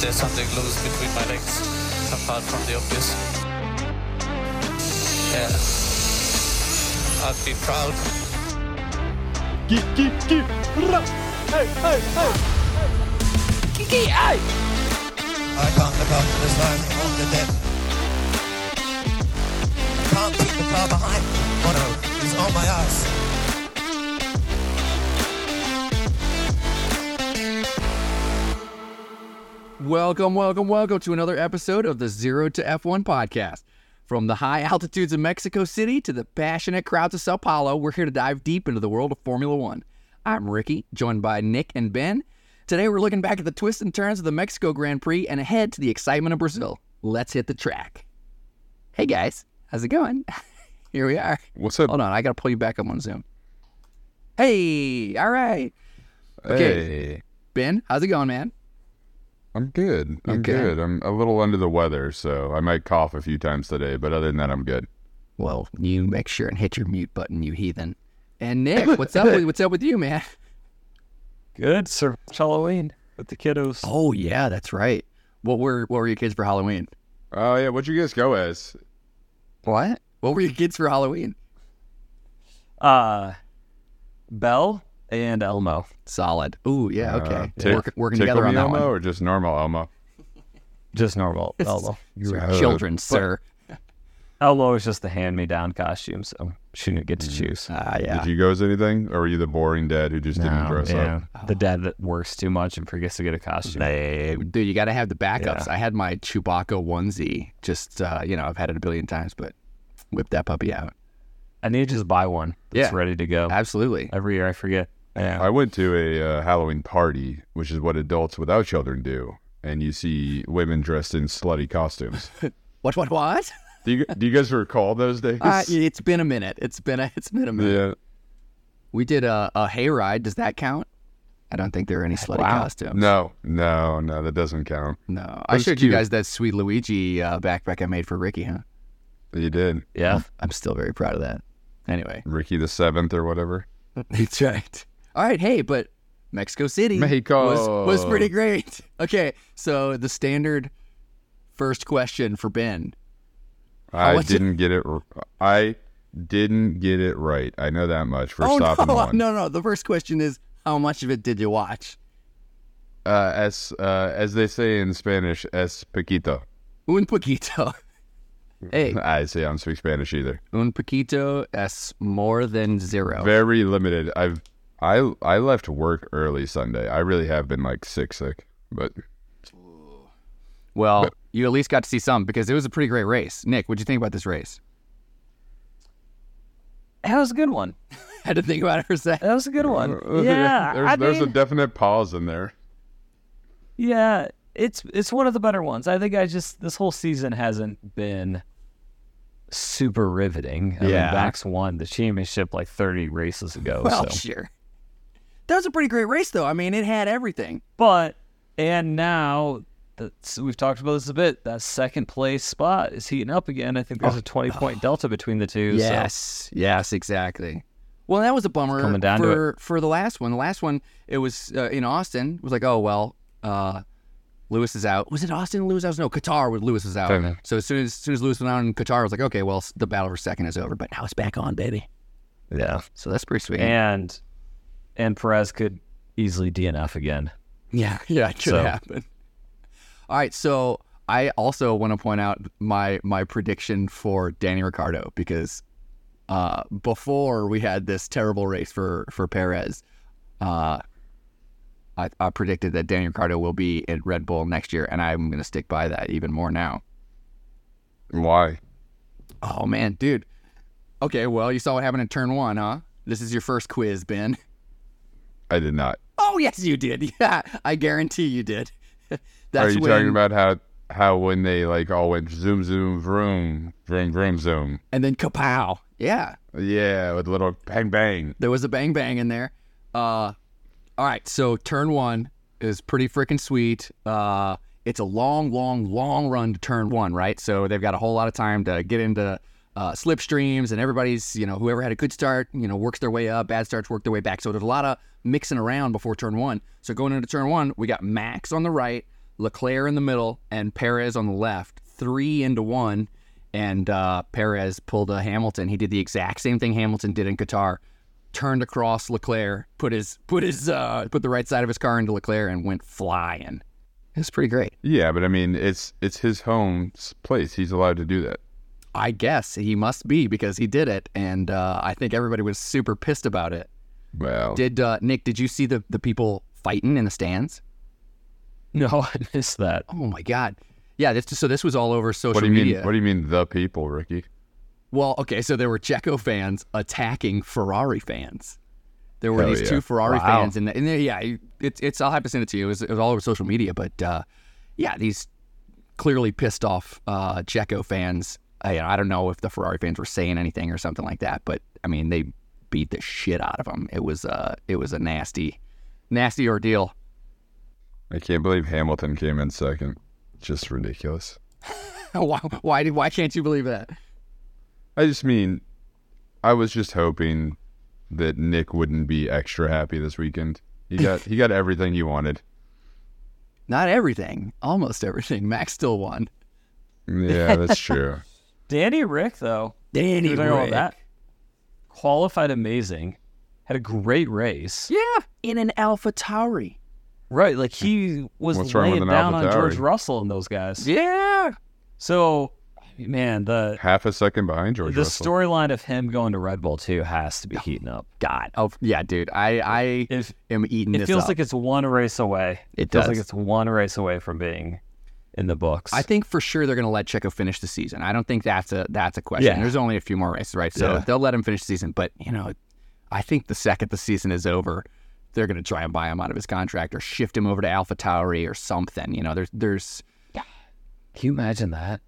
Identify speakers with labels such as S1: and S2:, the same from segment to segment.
S1: there's something loose between my legs, apart from the obvious. Yeah. I'd be proud. I can't look up to the sun on the dead. Can't keep the car behind. Mono is on my ass.
S2: Welcome, welcome, welcome to another episode of the Zero to F1 podcast. From the high altitudes of Mexico City to the passionate crowds of Sao Paulo, we're here to dive deep into the world of Formula One. I'm Ricky, joined by Nick and Ben. Today we're looking back at the twists and turns of the Mexico Grand Prix and ahead to the excitement of Brazil. Let's hit the track. Hey guys, how's it going? here we are.
S3: What's up?
S2: Hold on, I gotta pull you back up on Zoom. Hey, all right. okay.
S3: Hey,
S2: Ben, how's it going, man?
S3: I'm good. I'm
S2: Okay.
S3: good. I'm a little under the weather, so I might cough a few times today, but other than that, I'm good.
S2: Well, you make sure and hit your mute button, you heathen. And Nick, what's up with what's up with you, man?
S4: Good. Survived Halloween with the kiddos.
S2: Oh yeah, that's right. What were what were your kids for Halloween?
S3: Oh yeah, what'd you guys go as?
S2: What? What were your kids for Halloween?
S4: Uh, Belle and Elmo.
S2: Solid. Ooh, yeah, okay.
S3: Uh,
S2: We're
S3: tick-
S2: work- working
S3: tickle
S2: together on
S3: me
S2: that
S3: Elmo
S2: one.
S3: or just normal Elmo?
S4: Just normal Elmo.
S2: You are
S3: So-
S2: children, sir.
S4: Elmo was just the hand-me-down costume, so she didn't get to choose.
S2: Ah,
S3: Did
S2: yeah.
S3: you go as anything, or were you the boring dad who just didn't
S4: No,
S3: dress up?
S4: yeah. Oh, The dad that works too much and forgets to get a costume.
S2: Dude, you got to have the backups. I had my Chewbacca onesie. Just uh, you know, I've had it a billion times, but whip that puppy out.
S4: I need to just buy one. That's
S2: Yeah.
S4: ready to go.
S2: Absolutely.
S4: Every year I forget. Yeah.
S3: I went to a uh, Halloween party, which is what adults without children do, and you see women dressed in slutty costumes.
S2: What? What? What?
S3: do you do you guys recall those days?
S2: Uh, it's been a minute. It's been a. It's been a minute.
S3: yeah.
S2: We did a, a hayride. Does that count? I don't think there were any slutty
S4: Wow.
S2: costumes.
S3: No, no, no, Mm-hmm. that doesn't count.
S2: No. I
S3: was
S2: showed you
S3: cute.
S2: guys that sweet Luigi uh, backpack I made for Ricky, huh?
S3: You did,
S4: yeah.
S2: I'm still very proud of that. Anyway,
S3: Ricky the Seventh or whatever.
S2: that's right. All right, hey, but Mexico City
S3: Mexico.
S2: was was pretty great. Okay, so the standard first question for Ben.
S3: I
S2: much-
S3: didn't get it. r- I didn't get it right. I know that much for
S2: oh
S3: stopping
S2: no,
S3: one.
S2: no, no. The first question is how much of it did you watch?
S3: Uh, as uh, as they say in Spanish, es poquito.
S2: Un poquito. hey,
S3: I say I don't speak Spanish either.
S2: un poquito es more than zero.
S3: Very limited. I've I I left work early Sunday. I really have been like sick sick, but
S2: well, you at least got to see some because it was a pretty great race. Nick, what'd you think about this race?
S4: That was a good one.
S2: I had to think about it for a second.
S4: That was a good one. Yeah.
S3: Uh, there's,
S4: I
S3: there's a
S4: mean-
S3: definite pause in there.
S4: Yeah, it's it's one of the better ones. I think I just this whole season hasn't been super riveting. I
S2: Yeah.
S4: mean, Max won the championship like 30 races ago.
S2: Well,
S4: so.
S2: sure. That was a pretty great race, though. I mean, it had everything.
S4: But and now that's, we've talked about this a bit. That second place spot is heating up again. I think there's a 20 point delta between the two. So.
S2: yes, exactly. Well, that was a bummer
S4: Coming down to
S2: for for the last one. The last one, it was uh, in Austin. It was like, oh well, uh, Lewis is out. Was it Austin? Lewis? I was no Qatar. With Lewis is out.
S3: Don't know.
S2: So as soon as, as soon as Lewis went out in Qatar, I was like, okay, well, s- the battle for second is over. But now it's back on, baby.
S4: Yeah.
S2: So that's pretty sweet.
S4: And and Perez could easily DNF again.
S2: Yeah, yeah, it could
S4: So-
S2: happen. All right, so I also want to point out my my prediction for Danny Ricardo because uh, before we had this terrible race for for Perez, uh, I, I predicted that Danny Ricardo will be at Red Bull next year, and I'm going to stick by that even more now.
S3: Why?
S2: Oh man, dude. Okay, well, you saw what happened in turn one, huh? This is your first quiz, Ben.
S3: I did not.
S2: Oh yes, you did. Yeah, I guarantee you did.
S3: Are
S2: That's
S3: you
S2: when,
S3: talking about how how when they like all went zoom zoom vroom vroom vroom zoom?
S2: and then kapow. Yeah.
S3: Yeah, with little bang bang.
S2: There was a bang bang in there. Uh, all right, so turn one is pretty freaking sweet. Uh, it's a long, long, long run to turn one, right? So they've got a whole lot of time to get into uh, slipstreams, and everybody's, you know, whoever had a good start, you know, works their way up. Bad starts work their way back. So there's a lot of mixing around before turn one. So going into turn one, we got Max on the right, Leclerc in the middle, and Perez on the left, three into one. And uh, Perez pulled a Hamilton. He did the exact same thing Hamilton did in Qatar. Turned across Leclerc, put his put his uh, put the right side of his car into Leclerc, and went flying. It was pretty great.
S3: Yeah, but I mean, it's it's his home s- place. He's allowed to do that.
S2: I guess he must be because he did it, and uh, I think everybody was super pissed about it.
S3: Well,
S2: Did uh, Nick? Did you see the the people fighting in the stands?
S4: No, I missed that.
S2: Oh my god! Yeah, this, so this was all over social
S3: what do you
S2: media.
S3: mean? What do you mean the people, Ricky?
S2: Well, okay, so there were Checo fans attacking Ferrari fans. There were
S3: Hell
S2: these
S3: yeah.
S2: two Ferrari
S4: Wow.
S2: fans, and, and there- yeah, you- it's it's. I'll have to send it to you. It was, it was all over social media, but uh, yeah, these clearly pissed off uh, Checo fans. I, I don't know if the Ferrari fans were saying anything or something like that, but I mean, they beat the shit out of them. It was uh, it was a nasty, nasty ordeal.
S3: I can't believe Hamilton came in second. Just ridiculous.
S2: why why did, why can't you believe that?
S3: I just mean, I was just hoping that Nick wouldn't be extra happy this weekend. He got he got everything he wanted.
S2: Not everything, almost everything. Max still won.
S3: Yeah, that's true.
S4: Danny Rick though.
S2: Danny
S4: We talking about that. Qualified amazing. Had a great race.
S2: Yeah, in an Alpha Tauri.
S4: Right. Like he was
S3: What's wrong with
S4: laying
S3: an
S4: down on
S3: AlphaTauri?
S4: George Russell and those guys.
S2: Yeah.
S4: So man, the
S3: Half a second behind George
S4: the
S3: Russell.
S4: storyline of him going to Red Bull too has to be heating up.
S2: God. Oh yeah, dude. I I
S4: If
S2: am eating
S4: it
S2: this
S4: feels
S2: up.
S4: like it's one race away.
S2: It
S4: feels
S2: does.
S4: like it's one race away from being in the books.
S2: I think for sure they're going to let Checo finish the season. I don't think that's a that's a question.
S4: Yeah.
S2: There's only a few more races, right? So
S4: Yeah.
S2: they'll let him finish the season. But you know, I think the second the season is over, they're going to try and buy him out of his contract or shift him over to Alpha Tauri or something. You know, there's there's
S4: Can you imagine that?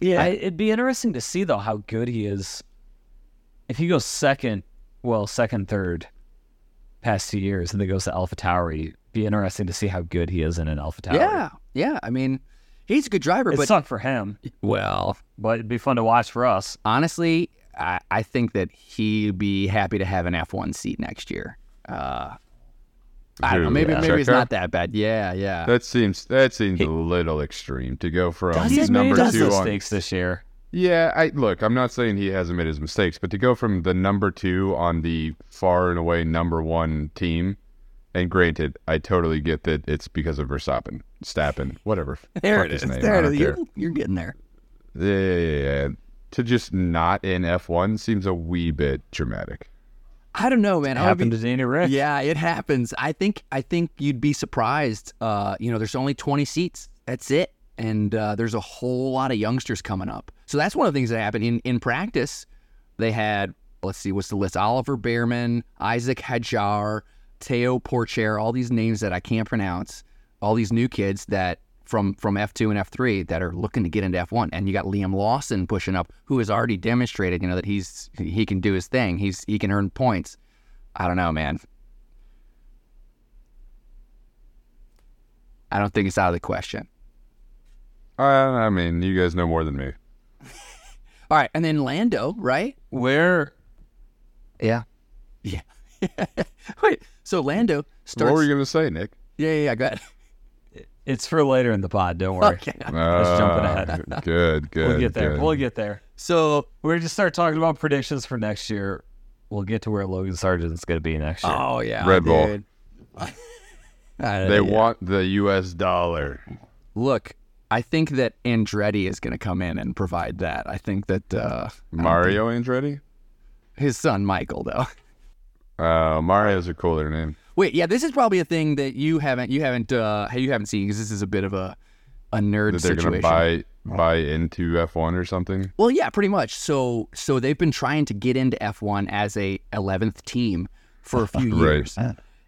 S2: yeah.
S4: I, it'd be interesting to see though how good he is. If he goes second, well, second, third, past two years, and then goes to Alpha Tauri, be interesting to see how good he is in an Alpha Tauri.
S2: yeah, yeah. I mean, he's a good driver,
S4: it
S2: but
S4: sucked for him,
S2: well,
S4: but it'd be fun to watch for us.
S2: honestly, I, I think that he'd be happy to have an F1 seat next year. Uh, I don't know.
S3: Who,
S2: Maybe
S3: yeah.
S2: maybe it's
S3: Checo?
S2: not that bad. Yeah, yeah.
S3: That seems that seems a little extreme to go from
S4: He's made
S3: number
S4: those
S3: two on
S4: mistakes this year.
S3: Yeah, I look, I'm not saying he hasn't made his mistakes, but to go from the number two on the far and away number one team, and granted, I totally get that it's because of Verstappen, Stappen, whatever.
S2: There
S3: Fuck
S2: it
S3: his
S2: is.
S3: name, I
S2: There it
S3: don't
S2: is.
S3: care.
S2: You're, you're getting there.
S3: Yeah, yeah, yeah, yeah. To just not in F1 seems a wee bit dramatic.
S2: I don't know, man. I would be-
S4: Happened to Danny Rick.
S2: yeah, it happens. I think I think you'd be surprised. Uh, you know, there's only 20 seats. That's it. And uh, there's a whole lot of youngsters coming up. So that's one of the things that happened in in practice. They had let's see, what's the list? Oliver Behrman, Isaac Hajar, Teo Porcher, all these names that I can't pronounce. All these new kids that from from F2 and F3 that are looking to get into F1. And you got Liam Lawson pushing up, who has already demonstrated, you know, that he's he can do his thing. He's he can earn points. I don't know, man. I don't think it's out of the question.
S3: I, I mean, you guys know more than me.
S2: All right, and then Lando, right?
S4: Where
S2: Yeah. Yeah. Wait, so Lando starts.
S3: What were you gonna say, Nick?
S2: Yeah, yeah, yeah. Go ahead.
S4: it's for later in the pod. Don't worry.
S2: Okay.
S3: Ah,
S4: jumping ahead.
S3: Good, good.
S4: We'll get there.
S3: good.
S4: We'll get there.
S2: So,
S4: We're gonna just start talking about predictions for next year. We'll get to where Logan Sargent's gonna be next year.
S2: oh yeah,
S3: Red Bull.
S2: dude. I-
S3: They
S2: yeah.
S3: want the U.S. dollar.
S2: Look, I think that Andretti is going to come in and provide that. I think that uh,
S3: Mario Andretti.
S2: his son Michael, though.
S3: Uh, Mario's a cooler name.
S2: Wait, yeah, this is probably a thing that you haven't you haven't uh, you haven't seen because this is a bit of a a nerd
S3: that they're
S2: situation.
S3: gonna buy buy into F1 or something.
S2: Well, yeah, pretty much. So so they've been trying to get into F1 as a 11th team for a few
S3: Right.
S2: years.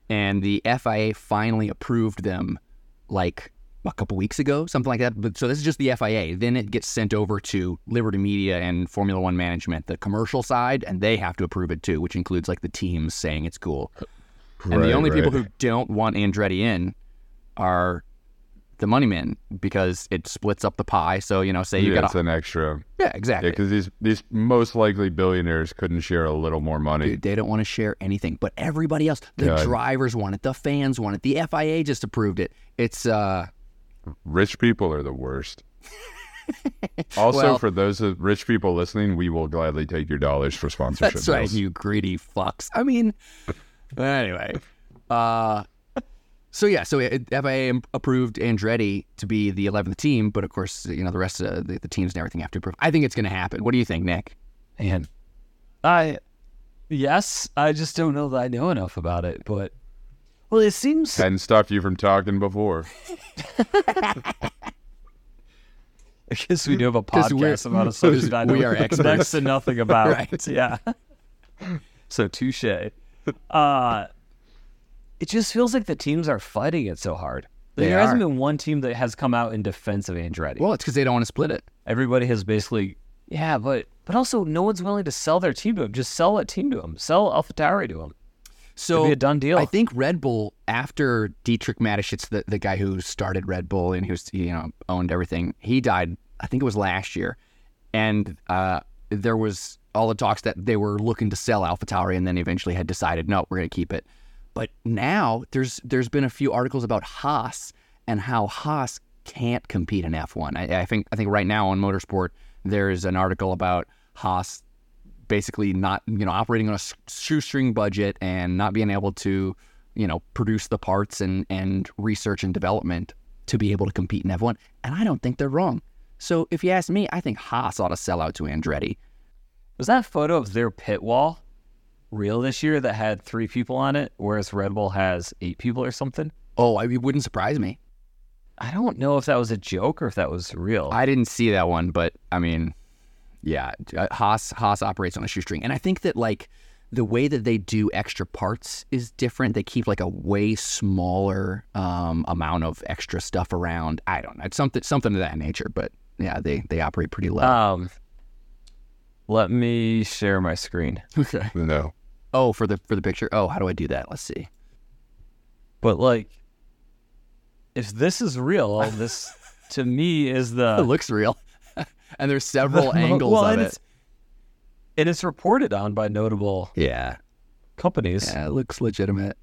S2: And the FIA finally approved them like a couple weeks ago, something like that. But so this is just the FIA. Then it gets sent over to Liberty Media and Formula 1 management, the commercial side, and they have to approve it too, which includes like the teams saying it's cool. And the
S3: Right,
S2: only people
S3: right.
S2: who don't want Andretti in are the money men because it splits up the pie. So, you know, say you
S3: yeah,
S2: got
S3: it's
S2: a,
S3: an extra.
S2: Yeah,
S3: Yeah,
S2: exactly.
S3: because these these most likely billionaires couldn't share a little more money.
S2: Dude, they don't want to share anything, but everybody else, the
S3: God.
S2: drivers want it, the fans want it, the FIA just approved it. It's uh
S3: Rich people are the worst. also,
S2: Well-
S3: for those of rich people listening, we will gladly take your dollars for sponsorship.
S2: That's right,
S3: deals.
S2: you greedy fucks. I mean, anyway. Uh, so yeah, so it, FIA im- approved Andretti to be the 11th team, but of course, you know, the rest of the, the teams and everything have to approve. I think it's going to happen. What do you think, Nick?
S4: And I, yes, I just don't know that I know enough about it. But well, it seems
S3: Hadn't stopped you from talking before.
S4: I guess we do have a
S2: 'Cause we're-
S4: podcast about a subject I know
S2: we are
S4: next
S2: experts.
S4: to nothing about.
S2: Right.
S4: Yeah. So touche. Uh, it just feels like the teams are fighting it so hard. Like,
S2: They
S4: there hasn't
S2: are.
S4: been one team that has come out in defense of Andretti.
S2: Well, it's because they don't want to split it.
S4: Everybody has basically, yeah, but but also no one's willing to sell their team to him. Just sell that team to him. Sell AlphaTauri to him.
S2: So
S4: Could be a done deal.
S2: I think Red Bull, after Dietrich Mateschitz, the, the guy who started Red Bull and who's you know owned everything, he died. I think it was last year, and uh, there was all the talks that they were looking to sell AlphaTauri, and then eventually had decided no, we're going to keep it. But now there's there's been a few articles about Haas and how Haas can't compete in F1. I, I think I think right now on Motorsport there is an article about Haas basically not you know operating on a s- shoestring budget and not being able to you know produce the parts and and research and development to be able to compete in F1 and I don't think they're wrong. So if you ask me, I think Haas ought to sell out to Andretti.
S4: Was that photo of their pit wall real this year that had three people on it, whereas Red Bull has eight people or something?
S2: Oh, I, it wouldn't surprise me.
S4: I don't know if that was a joke or if that was real.
S2: I didn't see that one, but I mean, yeah, uh, Haas Haas operates on a shoestring, and I think that like the way that they do extra parts is different. They keep like a way smaller um, amount of extra stuff around. I don't know, it's something something of that nature, but yeah, they they operate pretty low.
S4: um, let me share my screen.
S2: okay.
S3: No.
S2: Oh, for the for the picture. Oh, how do I do that? Let's see.
S4: But like, if this is real, all this to me is
S2: Oh, It
S4: the
S2: looks real, and there's several angles
S4: Well,
S2: of
S4: and
S2: it.
S4: it's- and it's reported on by notable
S2: Yeah,
S4: companies,
S2: yeah, it looks legitimate.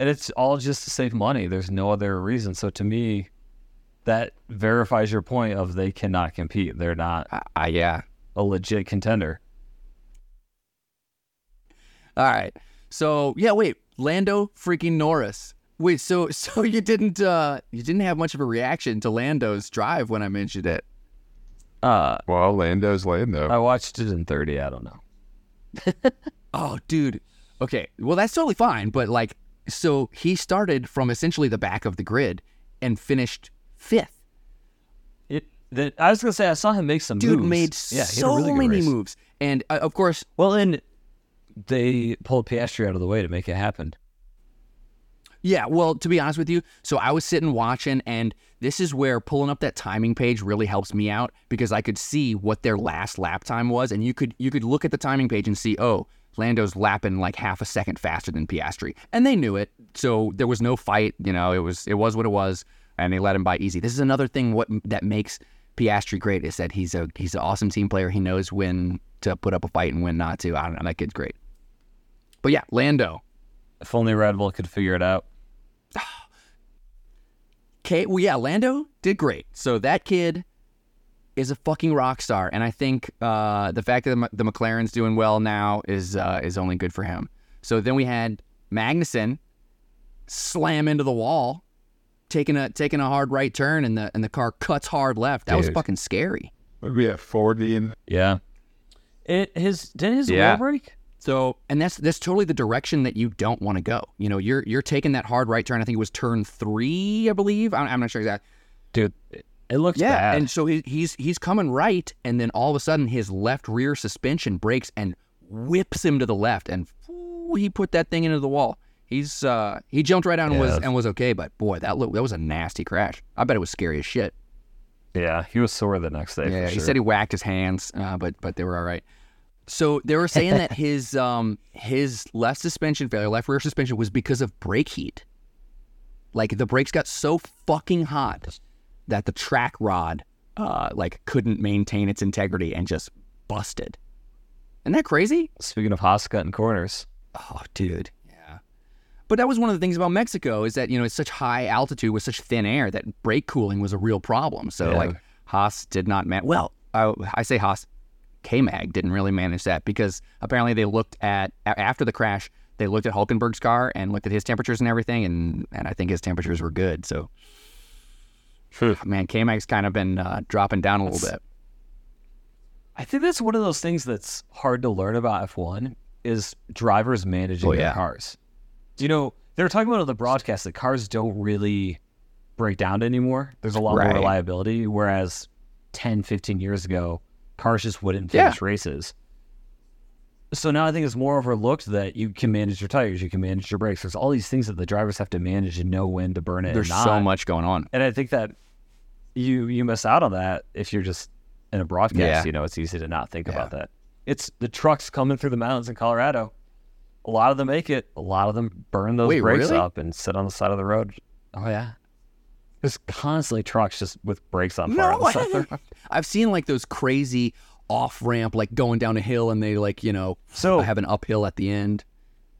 S4: and it's all just to save money. There's no other reason. So to me, that verifies your point of they cannot compete. They're not
S2: I, I Uh, yeah,
S4: a legit contender.
S2: All right. So yeah, wait, Lando freaking Norris. Wait, so so you didn't uh you didn't have much of a reaction to Lando's drive when I mentioned it.
S4: Uh,
S3: Well, Lando's Lando.
S4: I watched it in 30. I don't know.
S2: Oh, dude. Okay. Well, that's totally fine, but like so he started from essentially the back of the grid and finished 5th.
S4: It. The, I was gonna say I saw him make some
S2: Dude
S4: moves.
S2: made
S4: yeah, he had a
S2: so
S4: really good
S2: many
S4: race.
S2: moves. And uh, of course,
S4: Well, and they pulled Piastri out of the way to make it happen.
S2: Yeah, well, to be honest with you, so I was sitting watching, and this is where pulling up that timing page really helps me out because I could see what their last lap time was, and you could you could look at the timing page and see, oh, Lando's lapping like half a second faster than Piastri, and they knew it, so there was no fight. You know, it was it was what it was, and they let him by easy. This is another thing what that makes Piastri great is that he's a he's an awesome team player. He knows when to put up a fight and when not to. I don't know, that kid's great. But yeah, Lando,
S4: If only Red Bull could figure it out.
S2: Okay, well, yeah, Lando did great. So that kid is a fucking rock star, and I think uh, the fact that the, M- the McLaren's doing well now is uh, is only good for him. So then we had Magnussen slam into the wall, taking a taking a hard right turn, and the and the car cuts hard left. That was
S3: Dude.
S2: fucking scary.
S3: What do we have? 40 in
S4: Yeah. It his didn't his
S3: Yeah.
S4: wheel break?
S2: So, and that's that's totally the direction that you don't want to go. You know, you're you're taking that hard right turn. I think it was turn three, I believe. I'm, I'm not sure exactly.
S4: Dude, it, it looked
S2: yeah,
S4: bad.
S2: and so he, he's he's coming right, and then all of a sudden his left rear suspension breaks and whips him to the left, and whoo, he put that thing into the wall. He's uh, he jumped right out and was
S4: Yeah.
S2: and was okay, but boy, that look that was a nasty crash. I bet it was scary as shit.
S4: yeah, he was sore the next day.
S2: Yeah, he said he whacked his hands, uh, but but they were all right. So they were saying that his um his left suspension failure, left rear suspension, was because of brake heat. Like the brakes got so fucking hot that the track rod uh like couldn't maintain its integrity and just busted. Isn't that crazy?
S4: Speaking of Haas cutting corners,
S2: Oh, dude. Yeah. But that was one of the things about Mexico is that you know it's such high altitude with such thin air that brake cooling was a real problem. So
S4: Yeah.
S2: like Haas did not man. Well, I, I say Haas, K-Mag didn't really manage that because apparently they looked at a- after the crash they looked at Hulkenberg's car and looked at his temperatures and everything and and I think his temperatures were good. So man, K-Mag's kind of been uh, dropping down a little bit.
S4: I think that's one of those things that's hard to learn about F1 is drivers managing
S2: Oh,
S4: their
S2: yeah.
S4: cars. You know, they were talking about on the broadcast that cars don't really break down anymore. There's a lot
S2: Right.
S4: more reliability, whereas 10, 15 years ago, cars just wouldn't
S2: Yeah.
S4: finish races. So now I think it's more overlooked that you can manage your tires, you can manage your brakes. There's all these things that the drivers have to manage and know when to burn it. and
S2: There's so
S4: not.
S2: much going on.
S4: And I think that you you miss out on that if you're just in a broadcast.
S2: Yeah.
S4: You know, it's easy to not think about that. It's the trucks coming through the mountains in Colorado. A lot of them make it. A lot of them burn those
S2: Wait,
S4: brakes
S2: really?
S4: up and sit on the side of the road. Oh yeah, there's constantly trucks just with brakes on fire. on the
S2: I
S4: side of the
S2: haven't.
S4: road.
S2: I've seen like those crazy off ramp, like going down a hill, and they like you know
S4: So-
S2: have an uphill at the end,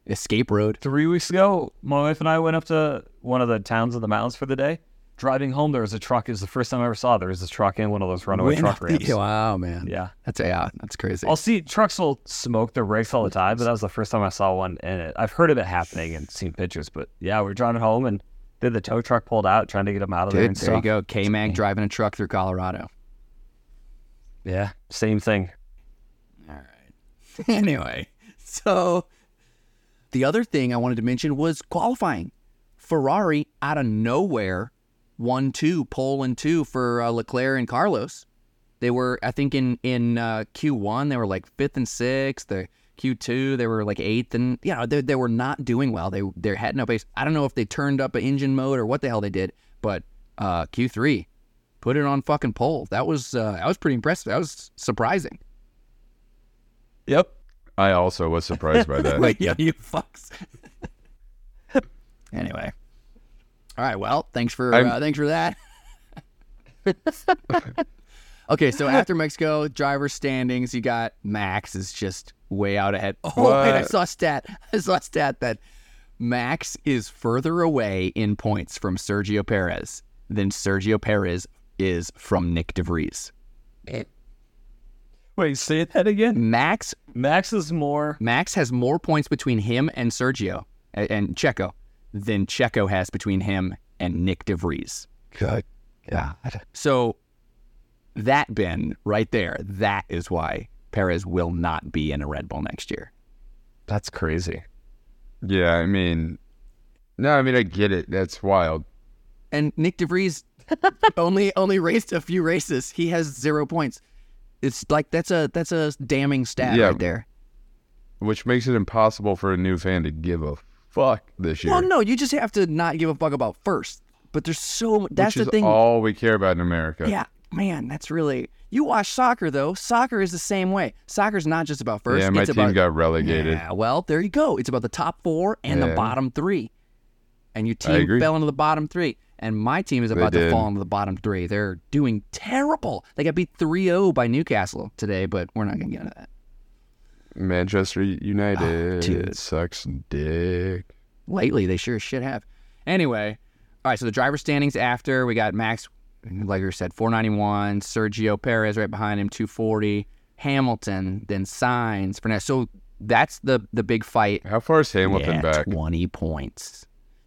S2: escape road.
S4: Three weeks ago, my wife and I went up to one of the towns in the mountains for the day. Driving home, there was a truck. It was the first time I ever saw there was a truck in one of those runaway
S2: Went
S4: truck
S2: up the-
S4: ramps.
S2: Wow, man.
S4: Yeah.
S2: that's yeah, that's crazy.
S4: I'll see trucks will smoke their brakes all the time, but that was the first time I saw one in it. I've heard of it happening and seen pictures, but yeah, we were driving home and then the tow truck pulled out trying to get them out of there
S2: Dude,
S4: and
S2: there you
S4: stuff.
S2: go. K Mag driving a truck through Colorado.
S4: Yeah, same thing.
S2: anyway, so the other thing I wanted to mention was qualifying. Ferrari out of nowhere won two, pole and two for uh, Leclerc and Carlos. They were, I think, in in uh, Q1 they were like fifth and sixth. The Q2 they were like eighth, and you know they, they were not doing well. They they had no pace. I don't know if they turned up an engine mode or what the hell they did, but uh, Q3 put it on fucking pole. That was uh, that was pretty impressive. That was surprising.
S4: Yep.
S3: I also was surprised by that.
S2: like, yo, you fucks. anyway. All right. Well, thanks for
S3: I'm-
S2: uh, thanks for that. okay, so after Mexico, driver standings, you got Max is just way out ahead. Oh wait, I
S3: What?
S2: saw a stat. I saw a stat that Max is further away in points from Sergio Perez than Sergio Perez is from Nick DeVries.
S4: Wait, say that again.
S2: Max
S4: Max is more.
S2: Max has more points between him and Sergio a- and Checo than Checo has between him and Nick DeVries.
S4: Good God.
S2: So that Ben right there, that is why Perez will not be in a Red Bull next year.
S4: That's crazy.
S3: yeah, I mean, no, I mean, I get it. That's wild.
S2: And Nick DeVries only only raced a few races. He has zero points. It's like that's a that's a damning stat
S3: Yeah.
S2: right there.
S3: which makes it impossible for a new fan to give a fuck this year.
S2: Well, no, you just have to not give a fuck about first. But there's so that's
S3: which
S2: the
S3: is
S2: thing.
S3: all we care about in America.
S2: Yeah, man, that's really. You watch soccer though. Soccer is the same way. Soccer's not just about first.
S3: yeah my
S2: it's
S3: team
S2: about,
S3: got relegated.
S2: Yeah, well, there you go. It's about the top four and the
S3: Yeah.
S2: bottom three, and your
S3: I
S2: team
S3: agree.
S2: fell into the bottom three. And my team is about to
S3: did.
S2: fall into the bottom three. They're doing terrible. They got beat 3-0 by Newcastle today, but we're not gonna get into that.
S3: Manchester United
S2: Ah, dude.
S3: sucks dick.
S2: Lately, they sure as shit have. Anyway, all right. So the driver standings after we got Max, like we said, 491. Sergio Perez right behind him, 240. Hamilton, then Signs for now. So that's the the big fight.
S3: How far is Hamilton
S2: Yeah,
S3: back?
S2: 20 points.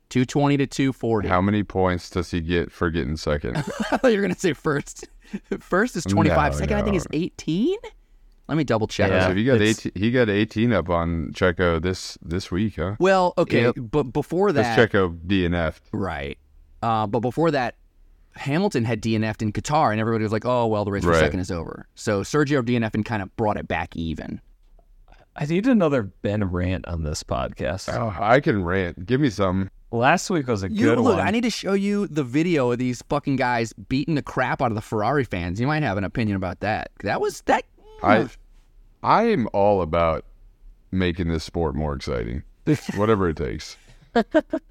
S2: 220 to 240.
S3: How many points does he get for getting second?
S2: I thought you were gonna say first. First is 25.
S3: No,
S2: Second, I think is 18. Let me double check.
S4: Yeah.
S3: so if you got
S4: it's-
S3: 18, he got 18 up on Checo this this week, huh?
S2: Well, okay,
S3: Yep.
S2: but before
S3: Because
S2: that,
S3: Checo DNF'd.
S2: Right. Uh, but before that, Hamilton had DNF'd in Qatar, and everybody was like, oh, well, the race for
S3: Right.
S2: second is over. So Sergio DNF'd kind of brought it back even.
S4: I need another Ben rant on this podcast.
S3: Oh, I can rant. Give me some.
S4: Last week was a
S2: You,
S4: good
S2: look,
S4: one.
S2: I need to show you the video of these fucking guys beating the crap out of the Ferrari fans. You might have an opinion about that. That was that.
S3: I I am all about making this sport more exciting. Whatever it takes.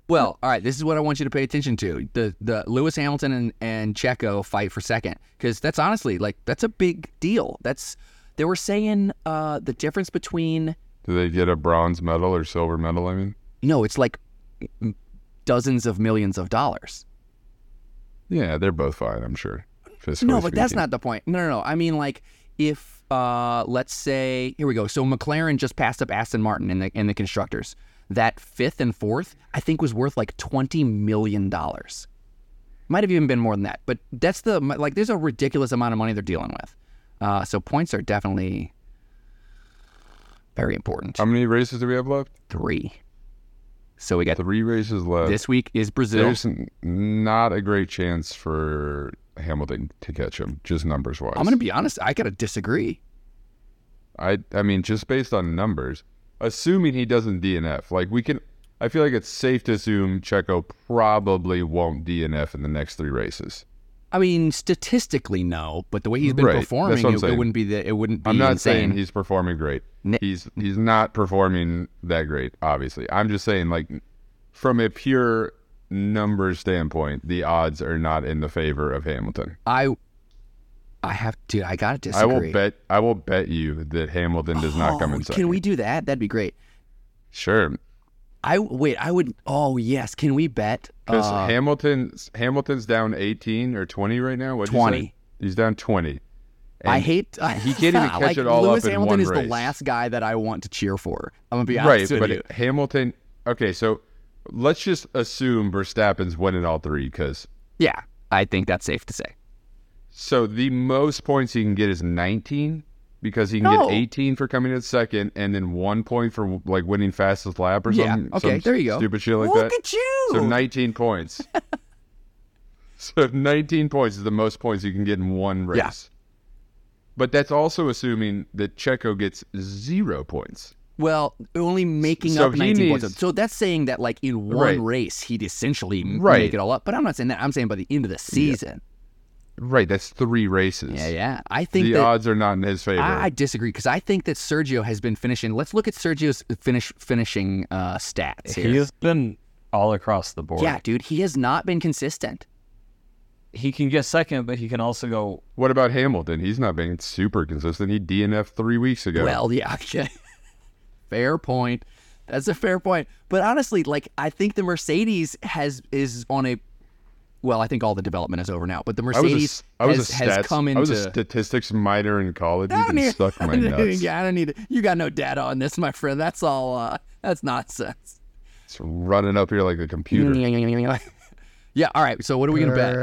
S2: Well, all right. This is what I want you to pay attention to: the the Lewis Hamilton and, and Checo fight for second, because that's honestly like that's a big deal. That's they were saying uh, the difference between
S3: Do they get a bronze medal or silver medal? I mean,
S2: No, it's like mm, dozens of millions of dollars.
S3: Yeah, they're both fine, I'm sure. Fiscally
S2: No, but that's
S3: speaking.
S2: not the point. No, no, no. I mean, like, if uh, let's say here we go. So McLaren just passed up Aston Martin in the in the constructors. That fifth and fourth, I think, was worth like twenty million dollars. Might have even been more than that. But that's the like. There's a ridiculous amount of money they're dealing with. Uh, so points are definitely very important.
S3: How many races do we have left?
S2: Three. So we got
S3: Three races left.
S2: this week is Brazil.
S3: There's n- not a great chance for Hamilton to catch him, just numbers wise.
S2: I'm gonna be honest. I gotta disagree.
S3: I I mean, just based on numbers, assuming he doesn't DNF, like we can, I feel like it's safe to assume Checo probably won't DNF in the next three races.
S2: I mean, statistically, no. But the way he's been
S3: Right, that's what
S2: performing,
S3: I'm
S2: it, it
S3: saying.
S2: wouldn't be the, it wouldn't be
S3: I'm not
S2: insane.
S3: saying he's performing great.
S2: Ne-
S3: he's he's not performing that great, obviously. I'm just saying, like, from a pure numbers standpoint, the odds are not in the favor of Hamilton.
S2: I, I have to. I gotta disagree.
S3: I will bet. I will bet you that Hamilton does not come
S2: Oh,
S3: in second.
S2: Can we do that? That'd be great.
S3: Sure,
S2: I wait. I would. Oh yes. Can we bet?
S3: because
S2: Uh,
S3: Hamilton's Hamilton's down 18 or 20 right now. What
S2: 20.
S3: He's down 20.
S2: I
S3: and
S2: hate.
S3: he can't even catch
S2: like,
S3: it all
S2: Lewis
S3: up in
S2: Hamilton
S3: one
S2: is the
S3: race.
S2: last guy that I want to cheer for. I'm gonna be
S3: Right,
S2: honest with
S3: but
S2: you.
S3: Hamilton. Okay, so let's just assume Verstappen's winning all three because
S2: Yeah, I think that's safe to say.
S3: So the most points he can get is 19 because he can
S2: No.
S3: get 18 for coming in second and then one point for like winning fastest lap or
S2: Yeah,
S3: something.
S2: okay,
S3: some
S2: there you go.
S3: Stupid shit like
S2: Look
S3: that.
S2: at you.
S3: So 19 points. so 19 points is the most points you can get in one race.
S2: Yeah.
S3: But that's also assuming that Checo gets zero points.
S2: Well, only making
S3: so
S2: up
S3: he
S2: 19 points.
S3: needs-
S2: So that's saying that, like, in one
S3: Right.
S2: race, he'd essentially m-
S3: Right.
S2: make it all up. But I'm not saying that. I'm saying by the end of the season.
S3: Right, that's three races.
S2: Yeah, yeah. I think
S3: The
S2: that
S3: odds are not in his favor.
S2: I, I disagree because I think that Sergio has been finishing. Let's look at Sergio's finish finishing uh, stats here.
S4: He's been all across the board.
S2: yeah, dude, he has not been consistent.
S4: He can get second, but he can also go
S3: what about Hamilton? He's not being super consistent. He DNF three weeks ago.
S2: Well, yeah, okay. fair point. That's a fair point. But honestly, like I think the Mercedes has is on a well, I think all the development is over now, but the Mercedes
S3: I was
S2: has,
S3: a, I was a
S2: has
S3: stats-
S2: come into
S3: I was a statistics minor in college. You
S2: I don't
S3: can
S2: need-
S3: suck my
S2: I don't need-
S3: nuts.
S2: Yeah, I don't need it. You got no data on this, my friend. That's all. Uh, that's nonsense.
S3: It's running up here like a computer.
S2: yeah. All right. So what are we gonna bet?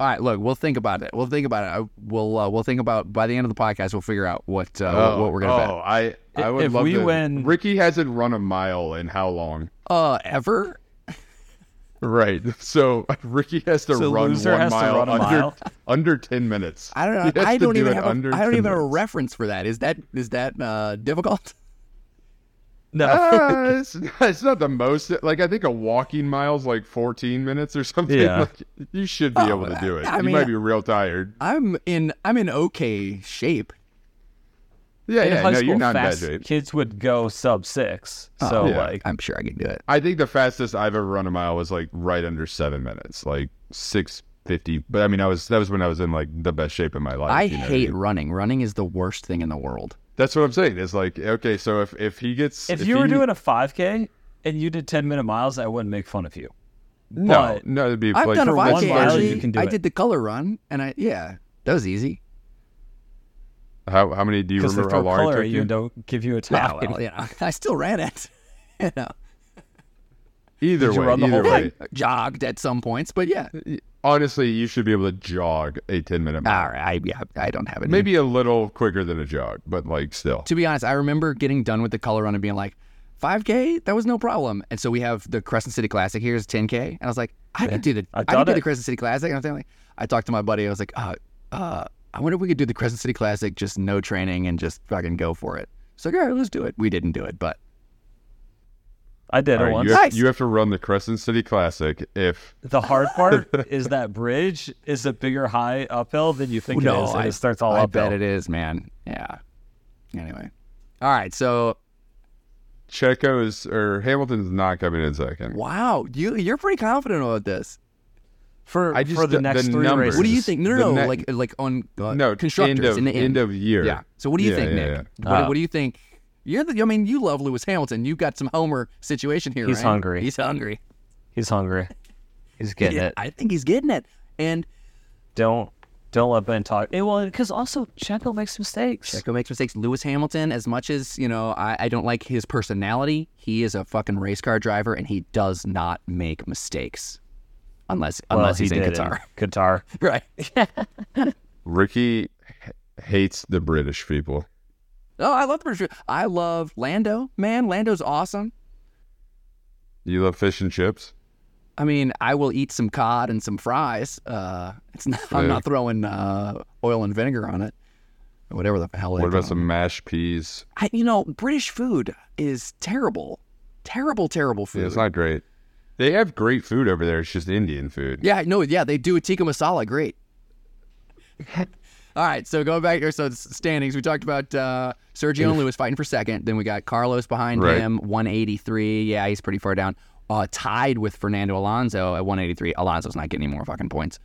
S2: All right. Look, we'll think about it. We'll think about it. I, we'll uh, we'll think about by the end of the podcast. We'll figure out what uh,
S3: Oh,
S2: what we're gonna
S3: oh, I, I would
S4: If
S3: love
S4: we
S3: to.
S4: win-
S3: Ricky hasn't run a mile in how long?
S2: bet. Uh, ever.
S3: Right. So Ricky has to
S4: So
S3: run
S4: loser
S3: one
S4: has to
S3: mile,
S4: run a
S3: under,
S4: mile?
S3: under ten minutes.
S2: I don't
S3: He
S2: know.
S3: has
S2: I
S3: to
S2: don't
S3: do
S2: even
S3: it
S2: have. A,
S3: under
S2: I don't
S3: 10
S2: even have a
S3: minutes.
S2: reference for that. Is that is that uh, difficult?
S4: no.
S3: Ah, it's, it's not the most. Like I think a walking mile's like fourteen minutes or something.
S4: Yeah.
S3: Like, you should be able to
S2: I-
S3: do it.
S2: Oh, I
S3: you
S2: mean,
S3: might be real tired.
S2: I'm in. I'm in okay shape.
S3: Yeah,
S4: in
S3: yeah.
S4: high
S3: no,
S4: school,
S3: you're not in bad
S4: fast
S3: shape.
S4: kids would go sub six. So
S3: yeah.
S4: like,
S2: I'm sure I can do it.
S3: I think the fastest I've ever run a mile was like right under seven minutes, like six fifty. But I mean, I was that was when I was in like the best shape in my life.
S2: I
S3: you know what
S2: hate
S3: mean?
S2: running. Running is the worst thing in the world.
S3: That's what I'm saying. It's like okay, so if if he gets
S4: if you were
S3: he-
S4: doing a five k and you did ten minute miles, I wouldn't make fun of you.
S3: no
S4: but-
S3: no, it'd be
S2: I've
S3: like
S2: done a
S3: for
S4: one
S2: 5K.
S4: mile,
S2: Actually,
S4: you can do
S2: I
S4: it.
S2: did the color run, and I yeah, that was easy.
S3: How how many do you
S4: Because they
S3: remember how
S4: throw
S3: long it
S4: color
S3: took
S4: at you
S3: you?
S4: and don't give you a
S2: Yeah,
S4: time.
S2: Ah, well, you know, I still ran it. you know,
S3: Either
S4: Did you
S3: way,
S4: run the
S3: either
S4: whole
S3: way.
S2: jogged at some points, but yeah.
S4: Uh,
S3: Honestly, you should be able to jog a ten minute mile.
S2: All right, I, yeah, I don't have it. in me.
S3: Maybe a little quicker than a jog, but like still.
S2: to be honest, I remember getting done with the color run and being like, 5K, that was no problem. And so we have the Crescent City Classic. Here's 10K, and I was like, I could do the I,
S4: I've
S2: could
S4: done
S2: do the
S4: it.
S2: Crescent City Classic. And I'm like, I talked to my buddy. I was like, uh, uh, I wonder if we could do the Crescent City Classic, just no training and just fucking go for it. So like, all right, let's do it. We didn't do it, but
S4: I did it
S3: All right,
S4: once.
S3: you, have,
S2: Nice.
S3: you have to run the Crescent City Classic if
S4: The hard part is that bridge is a bigger high uphill than you think it is. and it starts all
S2: I
S4: uphill.
S2: bet it is, man. Yeah. Anyway, all right. So
S3: Checo's or Hamilton's not coming in second.
S2: wow, you you're pretty confident about this.
S4: for
S3: I just-
S4: for the
S3: the
S4: next three
S3: numbers.
S4: races.
S2: What do you think? No,
S3: The
S2: no, no
S3: ne-
S2: like like on uh,
S3: no
S2: constructors
S3: end of,
S2: in the
S3: end of year.
S2: Yeah. So what do you
S3: Yeah,
S2: think,
S3: yeah,
S2: Nick?
S3: yeah.
S2: What,
S4: Uh,
S2: what do you think? You're the, I mean, you love Lewis Hamilton. You've got some Homer situation here.
S4: He's
S2: right?
S4: hungry.
S2: He's hungry.
S4: He's hungry. He's getting
S2: Yeah,
S4: it.
S2: I think he's getting it. And
S4: Don't don't let Ben talk. Eh, well, because also Checo makes mistakes.
S2: Checo makes mistakes. Lewis Hamilton, as much as you know, I, I don't like his personality. He is a fucking race car driver, and he does not make mistakes, unless
S4: Well,
S2: unless
S4: he
S2: he's in
S4: did
S2: Qatar.
S4: Qatar.
S2: right.
S3: Ricky h- hates the British people.
S2: Oh, I love the British. I love Lando. Man, Lando's awesome.
S3: You love fish and chips?
S2: I mean, I will eat some cod and some fries. Uh, it's not, I'm
S3: Yeah.
S2: not throwing uh, oil and vinegar on it, or whatever the hell. they
S3: What
S2: call
S3: about
S2: it.
S3: some mashed peas?
S2: I, you know, British food is terrible, terrible, terrible food.
S3: Yeah, it's not great. They have great food over there. It's just Indian food.
S2: Yeah, no, yeah, they do a tikka masala. Great. All right, so going back to so it's standings, we talked about uh, Sergio and Lewis fighting for second. Then we got Carlos behind
S3: Right.
S2: him, 183. Yeah, he's pretty far down. Uh, tied with Fernando Alonso at 183. Alonso's not getting any more fucking points.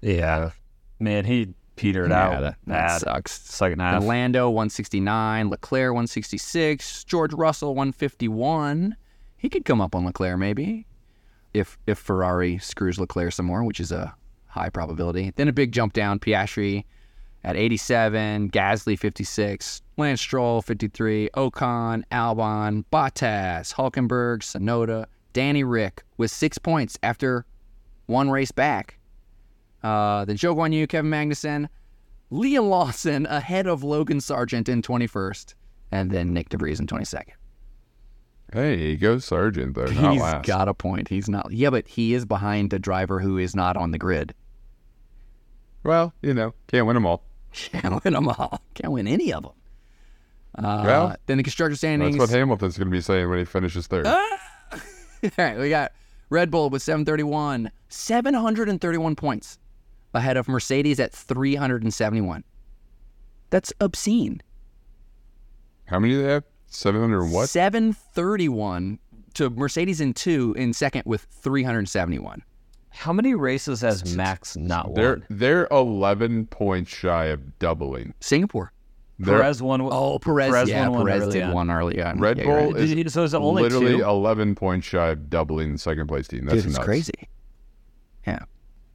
S4: Yeah. Man, he petered
S2: Yeah,
S4: out.
S2: that, that
S4: bad.
S2: sucks.
S4: Second half.
S2: Then Lando 169, Leclerc 166, George Russell 151. He could come up on Leclerc maybe if if Ferrari screws Leclerc some more, which is a high probability. Then a big jump down Piastri at 87, Gasly 56, Lance Stroll 53, Ocon, Albon, Bottas, Hulkenberg, Sonoda, Danny Rick with 6 points after one race back. Uh, then Joe Guan Yu, Kevin Magnussen, Liam Lawson ahead of Logan Sargent in 21st, and then Nick DeVries in 22nd.
S3: Hey, go Sergeant, though. Not
S2: He's
S3: last.
S2: got a point. He's not. Yeah, but he is behind a driver who is not on the grid.
S3: well, you know, can't win them all.
S2: Can't win them all. Can't win any of them. Uh,
S3: Well,
S2: then the constructor standings.
S3: That's what Hamilton's going to be saying when he finishes third.
S2: Uh, All right, we got Red Bull with 731, 731 points ahead of Mercedes at 371. That's obscene.
S3: How many do they have? 700 and what?
S2: 731 to Mercedes in two in second with 371.
S4: How many races has Max not
S3: They're
S4: won?
S3: they're 11 points shy of doubling.
S2: Singapore.
S3: They're-
S4: Perez won.
S2: Oh, Perez.
S4: Perez
S2: yeah,
S4: won one
S2: Perez
S4: early
S2: did
S4: on.
S2: one early on.
S3: Red
S2: Yeah, you're
S3: Bull
S2: right.
S4: Did
S3: is
S4: you- so is it only
S3: literally
S4: two?
S3: 11 points shy of doubling the second place team. That's
S2: Dude, it's
S3: nuts.
S2: crazy. Yeah,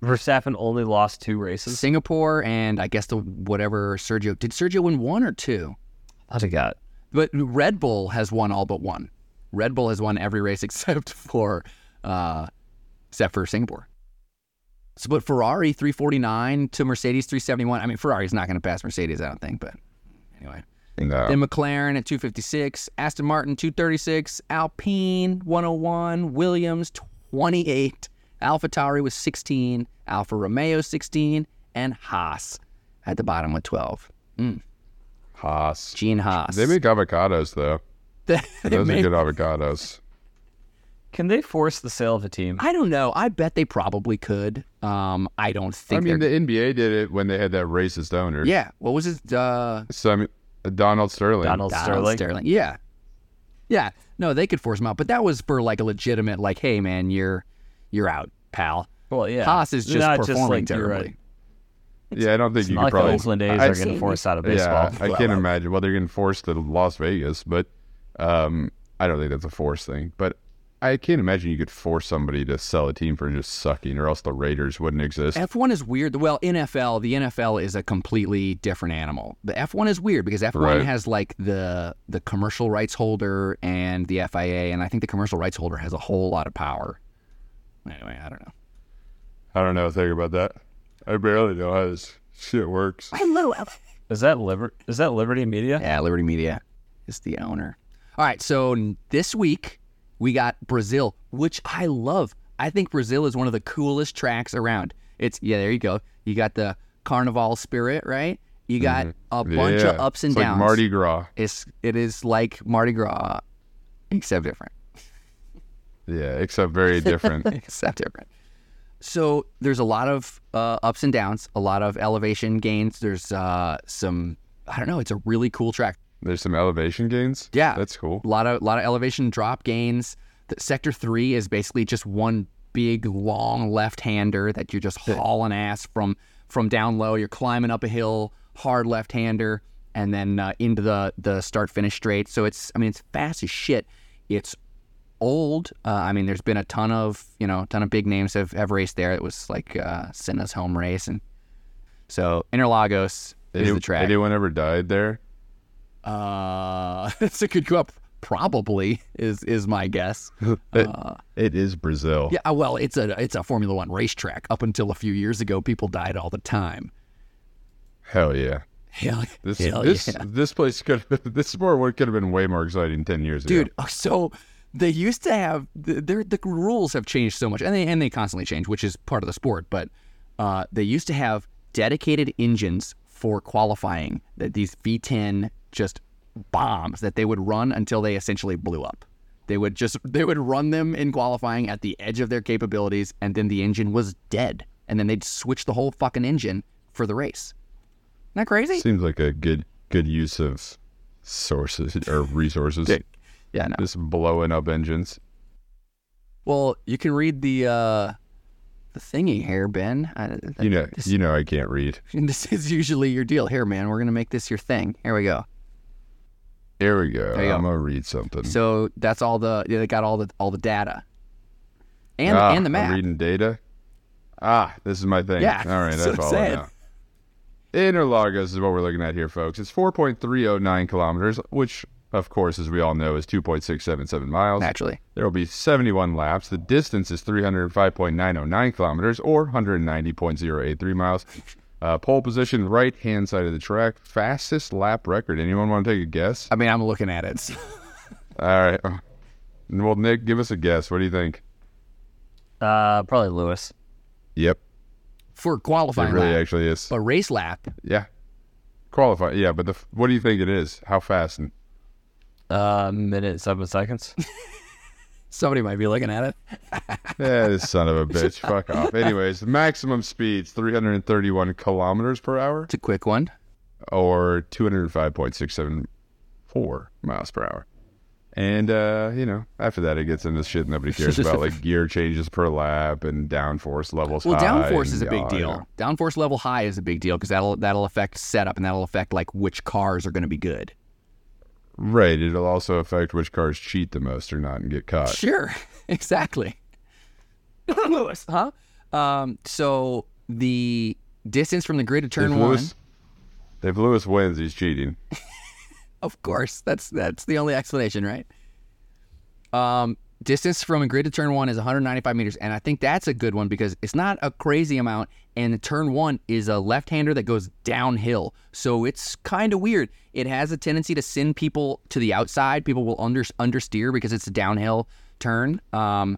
S4: Verstappen only lost two races.
S2: Singapore and I guess the whatever Sergio did. Sergio win one or two,
S4: I thought he got.
S2: but Red Bull has won all but one. Red Bull has won every race except for, uh, except for Singapore. So, but Ferrari 349 to Mercedes 371. I mean, Ferrari's not going to pass Mercedes, I don't think. But anyway,
S3: No.
S2: Then McLaren at 256, Aston Martin 236, Alpine 101, Williams 28, Alpha Tauri with 16, Alfa Romeo 16, and Haas at the bottom with 12.
S3: Haas.
S2: Gene Haas.
S3: They make avocados, though.
S2: They
S3: Those
S2: make-
S3: are good avocados.
S4: Can they force the sale of a team?
S2: I don't know. I bet they probably could. Um, I don't think.
S3: I mean, the
S2: they're-
S3: NBA did it when they had that racist owner.
S2: yeah. What was his uh,
S3: So, I mean, Donald Sterling.
S4: Donald Sterling.
S2: Yeah. Yeah. No, they could force him out, but that was for like a legitimate, like, hey man, you're you're out, pal.
S4: Well, yeah.
S2: Haas is just
S4: Not
S2: performing
S4: like you're
S2: terribly.
S4: a-
S3: Yeah, I don't think
S4: It's
S3: you
S4: not
S3: could
S4: like the
S3: probably.
S4: Oakland A's
S3: I-
S4: are getting forced out of
S3: Yeah,
S4: baseball.
S3: I can't imagine. Well, they're getting forced to Las Vegas, but um, I don't think that's a force thing. But I can't imagine you could force somebody to sell a team for just sucking, or else the Raiders wouldn't exist.
S2: F1 is weird. Well, NFL, the NFL is a completely different animal. The F1 is weird because F1
S3: Right.
S2: has like the the commercial rights holder and the FIA, and I think the commercial rights holder has a whole lot of power. Anyway, I don't know.
S3: I don't know a thing about that. I barely know how this shit works.
S4: Is that liber- Is that Liberty Media?
S2: Yeah, Liberty Media is the owner. All right, so n- this week we got Brazil, which I love. I think Brazil is one of the coolest tracks around. It's yeah, there you go. You got the carnival spirit, right? You got a bunch of
S3: Mm-hmm. Yeah.
S2: ups and
S3: It's
S2: downs.
S3: Like Mardi Gras.
S2: It's it is like Mardi Gras, except different.
S3: Yeah, except very different.
S2: except different. So there's a lot of uh, ups and downs, a lot of elevation gains. There's uh, some I don't know. It's a really cool track.
S3: There's some elevation gains.
S2: Yeah.
S3: that's cool.
S2: A lot of lot of elevation drop gains. The, sector three is basically just one big long left hander that you're just hauling ass from from down low. You're climbing up a hill, hard left hander. and then uh, into the the start finish straight. So it's I mean it's fast as shit. It's old. Uh, I mean there's been a ton of you know a ton of big names have, have raced there. It was like uh, Senna's home race, and so Interlagos is
S3: Any-
S2: the track.
S3: Anyone ever died there?
S2: Uh, that's a good up. Probably is is my guess.
S3: It- it is Brazil.
S2: Uh, Yeah, well, it's a it's a Formula One racetrack. Up until a few years ago, people died all the time.
S3: Hell yeah.
S2: Hell,
S3: This
S2: hell
S3: this
S2: yeah.
S3: this place could this sport would could have been way more exciting ten years
S2: dude.
S3: ago.
S2: oh, So they used to have th- their the rules have changed so much, and they and they constantly change, which is part of the sport. But uh, they used to have dedicated engines for qualifying that these V10 just bombs that they would run until they essentially blew up. They would just they would run them in qualifying at the edge of their capabilities, and then the engine was dead, and then they'd switch the whole fucking engine for the race. Isn't that crazy?
S3: Seems like a good good use of sources or resources.
S2: Yeah, no.
S3: Just blowing up engines.
S2: Well, you can read the uh, the thingy here, Ben. I,
S3: You know, you know, I can't read.
S2: this is usually your deal. Here, man, we're gonna make this your thing. Here we go.
S3: Here we go.
S2: you go.
S3: I'm gonna read something.
S2: So that's all the yeah, they got all the all the data, and
S3: ah,
S2: and the
S3: I'm
S2: map.
S3: reading data. Ah, this is my thing.
S2: Yeah,
S3: All right,
S2: that's what
S3: I
S2: I'm
S3: follow
S2: saying.
S3: now. Interlagos is what we're looking at here, folks. It's 4.309 kilometers, which, of course, as we all know, is 2.677 miles.
S2: Naturally,
S3: There will be 71 laps. The distance is 305.909 kilometers or 190.083 miles. Uh, pole position, right hand side of the track. Fastest lap record. Anyone want to take a guess?
S2: I mean, I'm looking at it.
S3: All right. Well, Nick, give us a guess. What do you think?
S4: Uh, probably Lewis.
S3: Yep.
S2: for
S3: It
S2: qualifying
S3: really
S2: lap,
S3: actually is.
S2: but race lap.
S3: Yeah. Qualify. Yeah, but the, f- what do you think it is? How fast? And
S4: Uh, minute seven seconds.
S2: Somebody might be looking at it.
S3: yeah, eh, this son of a bitch. Fuck off. Anyways, the maximum speed's 331 kilometers per hour
S2: It's a quick one.
S3: or 205.674 miles per hour. And, uh, you know, after that, it gets into shit nobody cares about, like gear changes per lap and downforce levels.
S2: Well,
S3: high
S2: downforce
S3: and
S2: is a big
S3: yada.
S2: deal. Downforce level high is a big deal because that'll that'll affect setup and that'll affect like which cars are going to be good.
S3: Right. It'll also affect which cars cheat the most or not and get caught.
S2: Sure, exactly. Lewis, huh? Um, so the distance from the grid to turn
S3: if
S2: one,
S3: Lewis, if Lewis wins, he's cheating.
S2: of course, that's that's the only explanation, right? Um, distance from a grid to turn one is 195 meters, and I think that's a good one because it's not a crazy amount. And the turn one is a left-hander that goes downhill, so it's kind of weird. It has a tendency to send people to the outside. People will under understeer because it's a downhill turn. Um,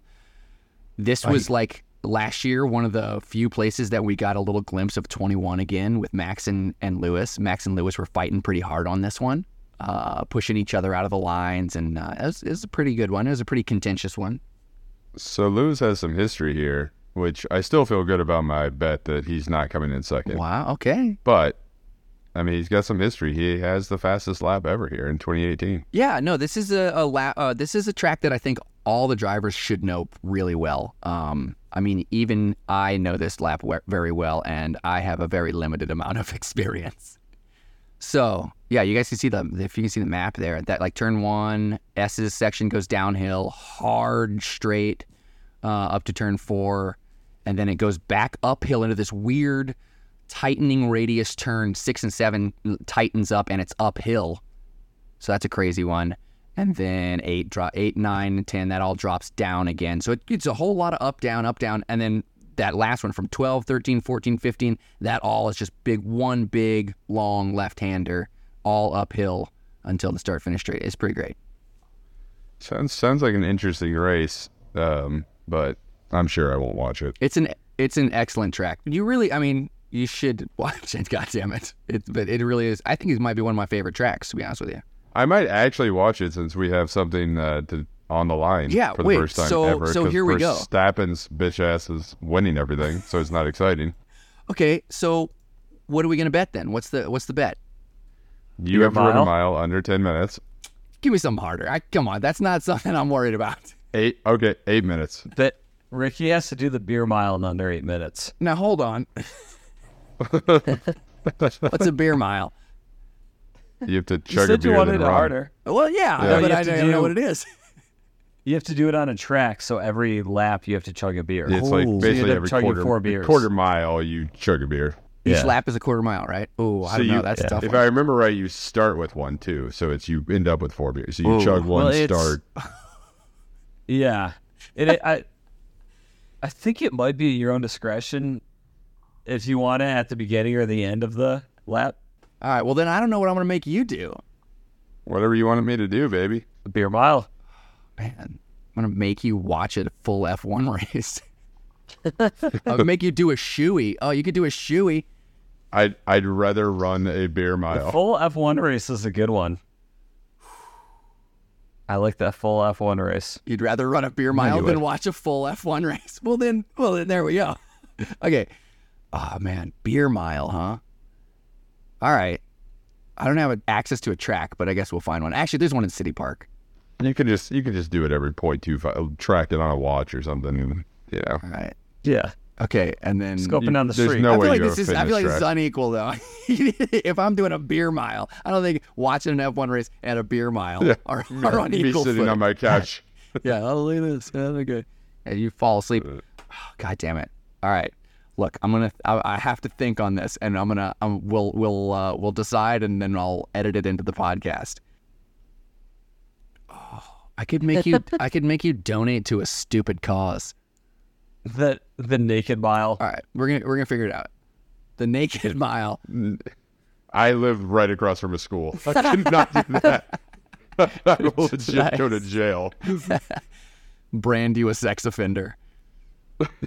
S2: this was like last year one of the few places that we got a little glimpse of 21 again with max and, and lewis max and lewis were fighting pretty hard on this one uh, pushing each other out of the lines and uh, it, was, it was a pretty good one it was a pretty contentious one
S3: So Lewis has some history here, which I still feel good about my bet that he's not coming in second.
S2: wow okay
S3: But I mean, he's got some history. He has the fastest lap ever here in 2018.
S2: yeah no this is a, a la- uh, this is a track that i think all the drivers should know really well um, i mean even i know this lap we- very well and i have a very limited amount of experience So yeah, you guys can see the if you can see the map there. That like turn one S's section goes downhill hard straight uh, up to turn four, and then it goes back uphill into this weird tightening radius turn six and seven tightens up and it's uphill. So that's a crazy one. And then eight, dro- eight, nine, and ten, that all drops down again. So it, it's a whole lot of up, down, up, down. And then that last one from 12, 13, 14, 15, that all is just big, one big, long left hander, all uphill until the start finish straight. It's pretty great.
S3: Sounds sounds like an interesting race, um, but I'm sure I won't watch it.
S2: It's an it's an excellent track. You really, I mean, you should watch it. God damn it! It but it really is. I think it might be one of my favorite tracks. To be honest with you.
S3: I might actually watch it since we have something uh, to, on the line
S2: Yeah,
S3: for the
S2: wait,
S3: first time
S2: so-
S3: ever.
S2: so
S3: 'cause
S2: here we go.
S3: Verstappen's bitch ass is winning everything, so it's not exciting.
S2: Okay, so what are we gonna bet then? What's the what's the bet?
S3: You
S4: Your
S3: have to run a
S4: mile?
S3: mile under 10 minutes.
S2: Give me something harder. I come on, that's not something I'm worried about.
S3: Eight, okay, eight minutes.
S4: That Ricky has to do the beer mile in under eight minutes.
S2: Now hold on. What's a beer mile?
S3: You have to
S4: You
S3: chug a
S4: said you
S3: beer
S4: wanted
S3: then
S4: it
S3: run.
S4: harder.
S2: Well, yeah,
S3: Yeah.
S2: but
S4: You
S2: I
S4: have to
S2: don't know
S4: do-
S2: what it is.
S4: You have to do it on a track, so every lap you have to chug a beer.
S3: It's like
S4: So you
S3: basically
S4: end up
S3: every
S4: chugging
S3: quarter
S4: four beers.
S3: quarter mile you chug a beer.
S2: Each
S4: Yeah.
S2: lap is a quarter mile, right? Oh, I
S3: So
S2: don't know.
S3: you-
S2: That's a tough.
S3: If
S2: one.
S3: I remember right, you start with one too, so it's you end up with four beers. So you
S2: Ooh.
S3: chug one,
S4: Well, it's-
S3: start.
S4: Yeah, it, it- I I think it might be your own discretion if you want it at the beginning or the end of the lap.
S2: All right. Well, then I don't know what I'm going to make you do.
S3: Whatever you wanted me to do, baby.
S4: The beer mile.
S2: Man, I'm going to make you watch a full F1 race. I'll make you do a shoey. Oh, you could do a shoey.
S3: I'd I'd rather run a beer
S4: The
S3: mile.
S4: full F1 race is a good one. I like that full F1 race.
S2: You'd rather run a beer mile
S3: you
S2: than
S3: would.
S2: watch a full F1 race. Well, then, well, then there we go. okay. Oh, man. Beer mile, huh? All right. I don't have access to a track, but I guess we'll find one. Actually, there's one in City Park.
S3: you can just you can just do it every point two five, track it on a watch or something. and, You know,
S2: All right.
S4: Yeah,
S2: Okay. And then
S4: just go up and down the
S3: there's
S4: street.
S3: no
S2: I
S3: way
S2: feel like
S3: you
S2: this is. I feel like
S3: track.
S2: it's unequal though. if I'm doing a beer mile, I don't think watching an F1 race and a beer mile are, are on
S3: You'd be
S2: equal
S3: sitting
S2: footing.
S3: on my couch.
S2: yeah, oh look at this. Yeah, look good. And you fall asleep.
S3: Uh.
S2: Oh, God damn it! All right, look, I'm gonna. I, I have to think on this, and I'm gonna. Um, we'll we'll uh, we'll decide, and then I'll edit it into the podcast. Oh, I could make you. I could make you donate to a stupid cause.
S4: the the naked
S3: Uh,
S4: mile.
S2: All right, we're gonna we're gonna figure it out. The naked mile.
S3: I lived right across from a school. I could not do that. I will legit go to jail.
S2: brand you a sex offender.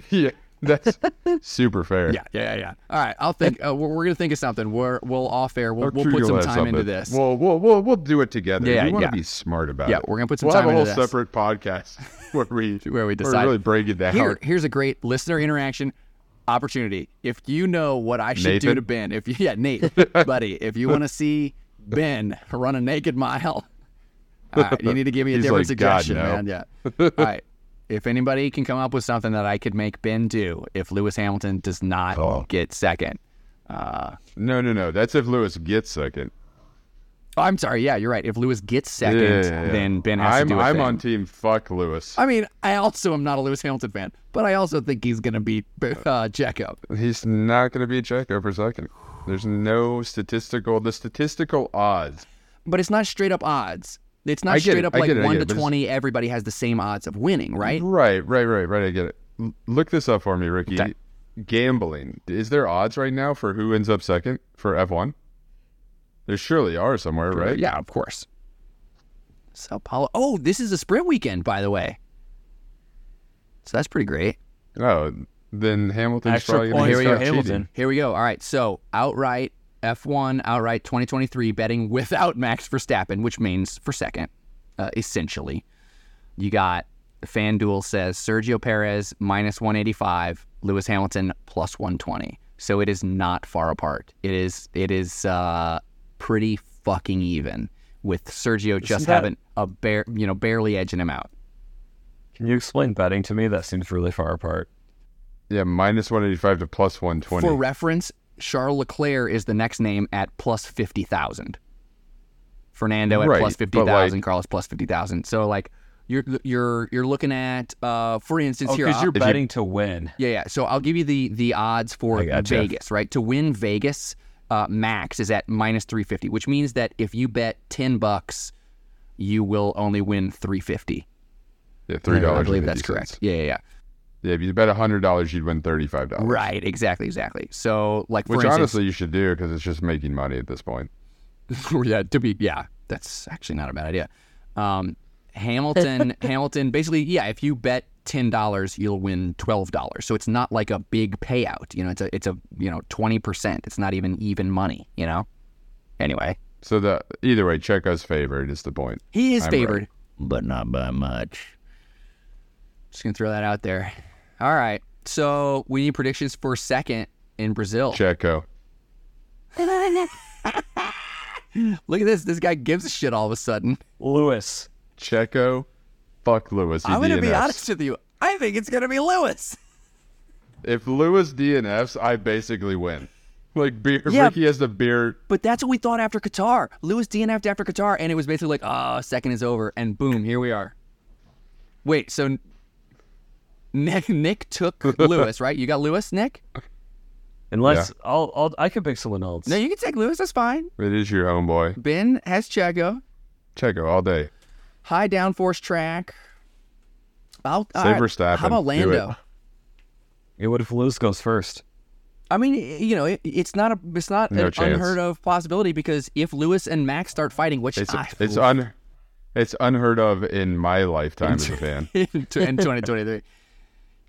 S3: yeah, that's super fair.
S2: Yeah, yeah, yeah, yeah. All right, I'll think. Uh, we're, we're gonna think of something. We're we'll off air. We'll,
S3: I'll
S2: we'll
S3: chew
S2: put
S3: your
S2: some
S3: ass
S2: time
S3: up
S2: into
S3: it.
S2: this.
S3: We'll, we'll we'll we'll do it together.
S2: Yeah,
S3: we want
S2: yeah.
S3: to be smart about
S2: Yeah,
S3: it.
S2: we're gonna put some
S3: we'll
S2: time
S3: have a whole
S2: into this.
S3: separate podcast where we
S2: Where we decide.
S3: really break it down.
S2: Here, here's a great listener interaction opportunity. If you know what I should do
S3: Nathan?
S2: to Ben, if you, yeah, Nate, buddy, if you want to see Ben run a naked mile, all right, you need to give me a
S3: He's
S2: different
S3: like, "God,
S2: suggestion,
S3: no."
S2: man. Yeah. All right. If anybody can come up with something that I could make Ben do if Lewis Hamilton does not
S3: Oh.
S2: get second.
S3: No, no, no. That's if Lewis gets second.
S2: Oh, I'm sorry. Yeah, you're right. If Lewis gets second,
S3: Yeah, yeah, yeah.
S2: then Ben has
S3: I'm,
S2: to do a
S3: I'm
S2: thing.
S3: on team fuck Lewis.
S2: I mean, I also am not a Lewis Hamilton fan, but I also think he's going to beat uh, Checo.
S3: He's not going to be Checo for second. There's no statistical. The statistical odds.
S2: But it's not straight up odds. It's not
S3: I get
S2: straight
S3: it,
S2: up
S3: I
S2: like
S3: get it, I
S2: 1
S3: get
S2: to
S3: it, but it's-
S2: 20, everybody has the same odds of winning, right?
S3: Right, right, right, right. I get it. L- Look this up for me, Ricky.
S2: Okay.
S3: Gambling. Is there odds right now for who ends up second for F1? There surely are somewhere, right?
S2: Yeah, of course. Sao Paulo. Oh, this is a sprint weekend, by the way. So that's pretty great.
S3: Oh, then Hamilton's
S4: Extra
S3: probably going
S4: points
S3: to
S4: for
S3: start
S4: Hamilton.
S3: cheating.
S2: Here we go. All right. So outright F1, outright 2023 betting without Max Verstappen, which means for second, uh, essentially. You got FanDuel says Sergio Perez minus 185, Lewis Hamilton plus 120. So it is not far apart. It is it is uh, pretty fucking even with Sergio just
S4: that-
S2: having a bare you know barely edging him out.
S4: Can you explain betting to me? That seems really far apart.
S3: Yeah, minus 185 to plus 120.
S2: For reference, Charles Leclerc is the next name at plus 50,000. Fernando at
S3: Right,
S2: plus
S3: but
S2: 50,000,
S3: like-
S2: Carlos plus 50,000. So like you're you're you're looking at uh for instance
S4: Oh,
S2: here
S4: because
S2: I'll-
S4: you're
S3: you-
S4: betting to win.
S2: yeah, yeah. So I'll give you the the odds for
S4: I gotcha.
S2: Vegas, right? To win Vegas, uh, max is at minus three fifty, which means that if you bet ten bucks, you will only win three fifty.
S3: yeah, $3.
S2: I believe that's correct. Yeah, yeah, yeah.
S3: Yeah, if you bet $100, you'd win $35.
S2: Right, exactly, exactly. So like for
S3: Which
S2: instance,
S3: honestly you should do because it's just making money at this point.
S2: yeah, to be yeah, that's actually not a bad idea. Um, Hamilton, Hamilton, basically, yeah. If you bet ten dollars, you'll win twelve dollars. So it's not like a big payout. You know, it's a it's a you know twenty percent. It's not even even money. You know. Anyway,
S3: So the either way, Checo's favored is the point.
S2: he is
S3: I'm right.
S2: favored, but not by much. Just gonna throw that out there. All right, so we need predictions for second in Brazil.
S3: Checo.
S2: Look at this. This guy gives a shit all of a sudden.
S4: Lewis.
S3: Checo, fuck Lewis. He
S2: I'm gonna be
S3: DNFs.
S2: honest with you. I think it's gonna be Lewis.
S3: If Lewis DNFs, I basically win. Like beer,
S2: Yeah.
S3: Ricky has the beer.
S2: But that's what we thought after Qatar. Lewis DNF'd after Qatar, and it was basically like, ah, second is over, and boom, here we are. Wait, so Nick Nick took Lewis, right? You got Lewis, Nick?
S4: Unless I'll, I'll I could pick someone else.
S2: No, you can take Lewis. That's fine.
S3: It is your homeboy.
S2: Ben has Checo.
S3: Checo all day.
S2: High downforce track. I'll, all
S3: Save
S2: right,
S3: Verstappen.
S2: How about
S3: Do
S2: Lando?
S3: it.
S4: Yeah, what if Lewis goes first?
S2: I mean, i- you know, it, it's not a, it's not
S3: No
S2: an
S3: chance.
S2: unheard of possibility because if Lewis and Max start fighting, which
S3: It's
S2: I
S3: it's un, it's unheard of in my lifetime as a fan.
S2: in tw- in 2023.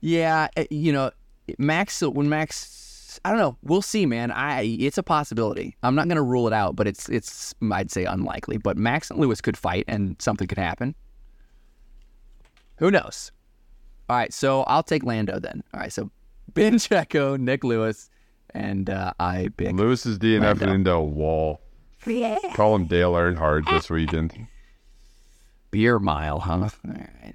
S2: Yeah, uh, you know, Max. When Max, I don't know. We'll see, man. I it's a possibility. I'm not gonna rule it out, but it's it's I'd say unlikely. But Max and Lewis could fight, and something could happen. Who knows? All right, so I'll take Lando then. All right, so Ben Checo, Nick Lewis, and uh, I pick.
S3: Lewis is DNFing into a wall. Call him Dale Earnhardt this weekend.
S2: beer mile, huh? All right.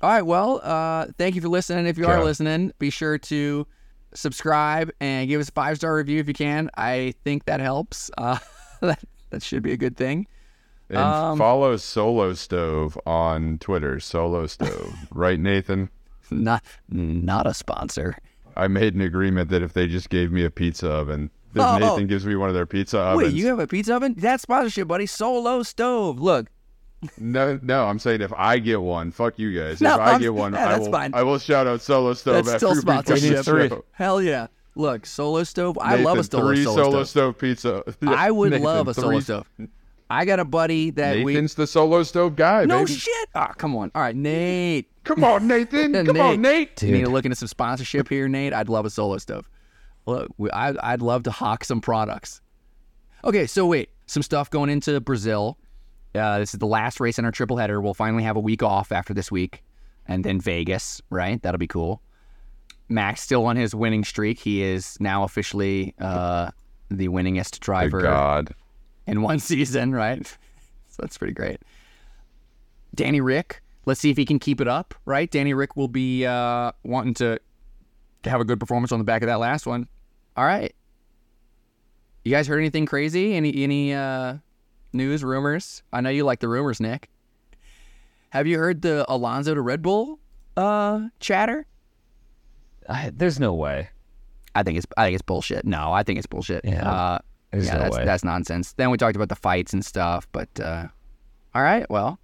S2: All right. Well, uh, thank you for listening. If you are
S3: Yeah.
S2: listening, be sure to subscribe and give us a five star review if you can. I think that helps. Uh, that, that should be a good thing.
S3: And
S2: Um,
S3: follow Solo Stove on Twitter. Solo Stove, right, Nathan?
S2: Not not a sponsor.
S3: I made an agreement that if they just gave me a pizza oven, if
S2: Oh.
S3: Nathan gives me one of their pizza ovens,
S2: Wait, you have a pizza oven? That sponsorship, buddy. Solo stove. Look,
S3: no, no, I'm saying if I get one, fuck you guys.
S2: No,
S3: if I
S2: I'm-
S3: get one,
S2: no,
S3: I
S2: that's
S3: will,
S2: fine.
S3: I will shout out Solo Stove.
S2: that's still
S3: after we finish the
S2: sponsorship.
S3: show.
S2: Hell yeah. Look, solo stove. I love a
S3: Nathan,
S2: solo,
S3: three
S2: solo,
S3: Solo
S2: stove.
S3: Stove pizza.
S2: I would
S3: Nathan,
S2: love a solo
S3: three-
S2: stove. I got a buddy that we.
S3: Nathan's the Solo Stove guy.
S2: No
S3: baby.
S2: shit. Ah, come on. All right, Nate.
S3: Come on, Nathan.
S2: Yeah,
S3: Come on, Nate.
S2: You need to look into some sponsorship here, Nate. I'd love a solo stove. Look, we, I, I'd love to hawk some products. Okay, so wait, some stuff going into Brazil. Uh, this is the last race in our triple header. We'll finally have a week off after this week, and then Vegas, right? That'll be cool. Max still on his winning streak. He is now officially uh, the winningest driver
S3: Oh God.
S2: in one season, right? so that's pretty great. Danny Rick, let's see if he can keep it up, right? Danny Rick will be uh, wanting to to have a good performance on the back of that last one. All right. You guys heard anything crazy? Any any uh, news, rumors? I know you like the rumors, Nick. Have you heard the Alonso to Red Bull uh, chatter?
S4: I, there's no way.
S2: I think it's I think it's bullshit. No, I think it's bullshit.
S4: Yeah.
S2: Uh,
S4: There's
S2: yeah,
S4: no
S2: that's,
S4: way.
S2: that's nonsense. Then we talked about the fights and stuff, but uh, all right, well,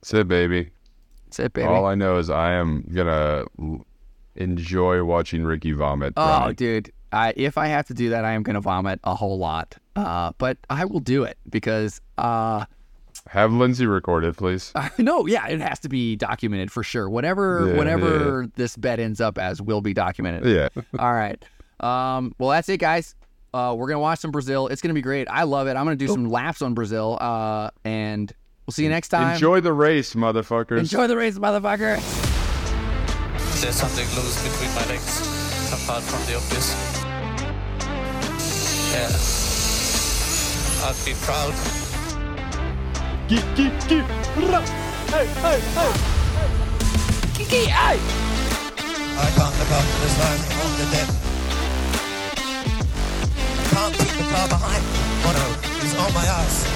S3: That's it, baby.
S2: that's it, baby.
S3: All I know is I am gonna l- enjoy watching Ricky vomit.
S2: oh,
S3: Brian.
S2: dude, I, if I have to do that, I am gonna vomit a whole lot. Uh, but I will do it because uh,
S3: Have Lindsay record it, please.
S2: no, yeah, it has to be documented for sure. Whatever,
S3: Yeah,
S2: whatever this bet ends up as will be documented.
S3: Yeah.
S2: All right. Um, well, that's it, guys. Uh, we're gonna watch some Brazil. It's gonna be great. I love it. I'm gonna do some laps on Brazil. Uh, and we'll see you next time.
S3: Enjoy the race, motherfuckers.
S2: Enjoy the race, motherfucker.
S1: There's something loose between my legs, apart from the obvious. Yeah. I'd be proud.
S3: Geek, geek, geek.
S1: I can't look up this time on the dead. Can't keep the car behind. Oh no, he's on my ass.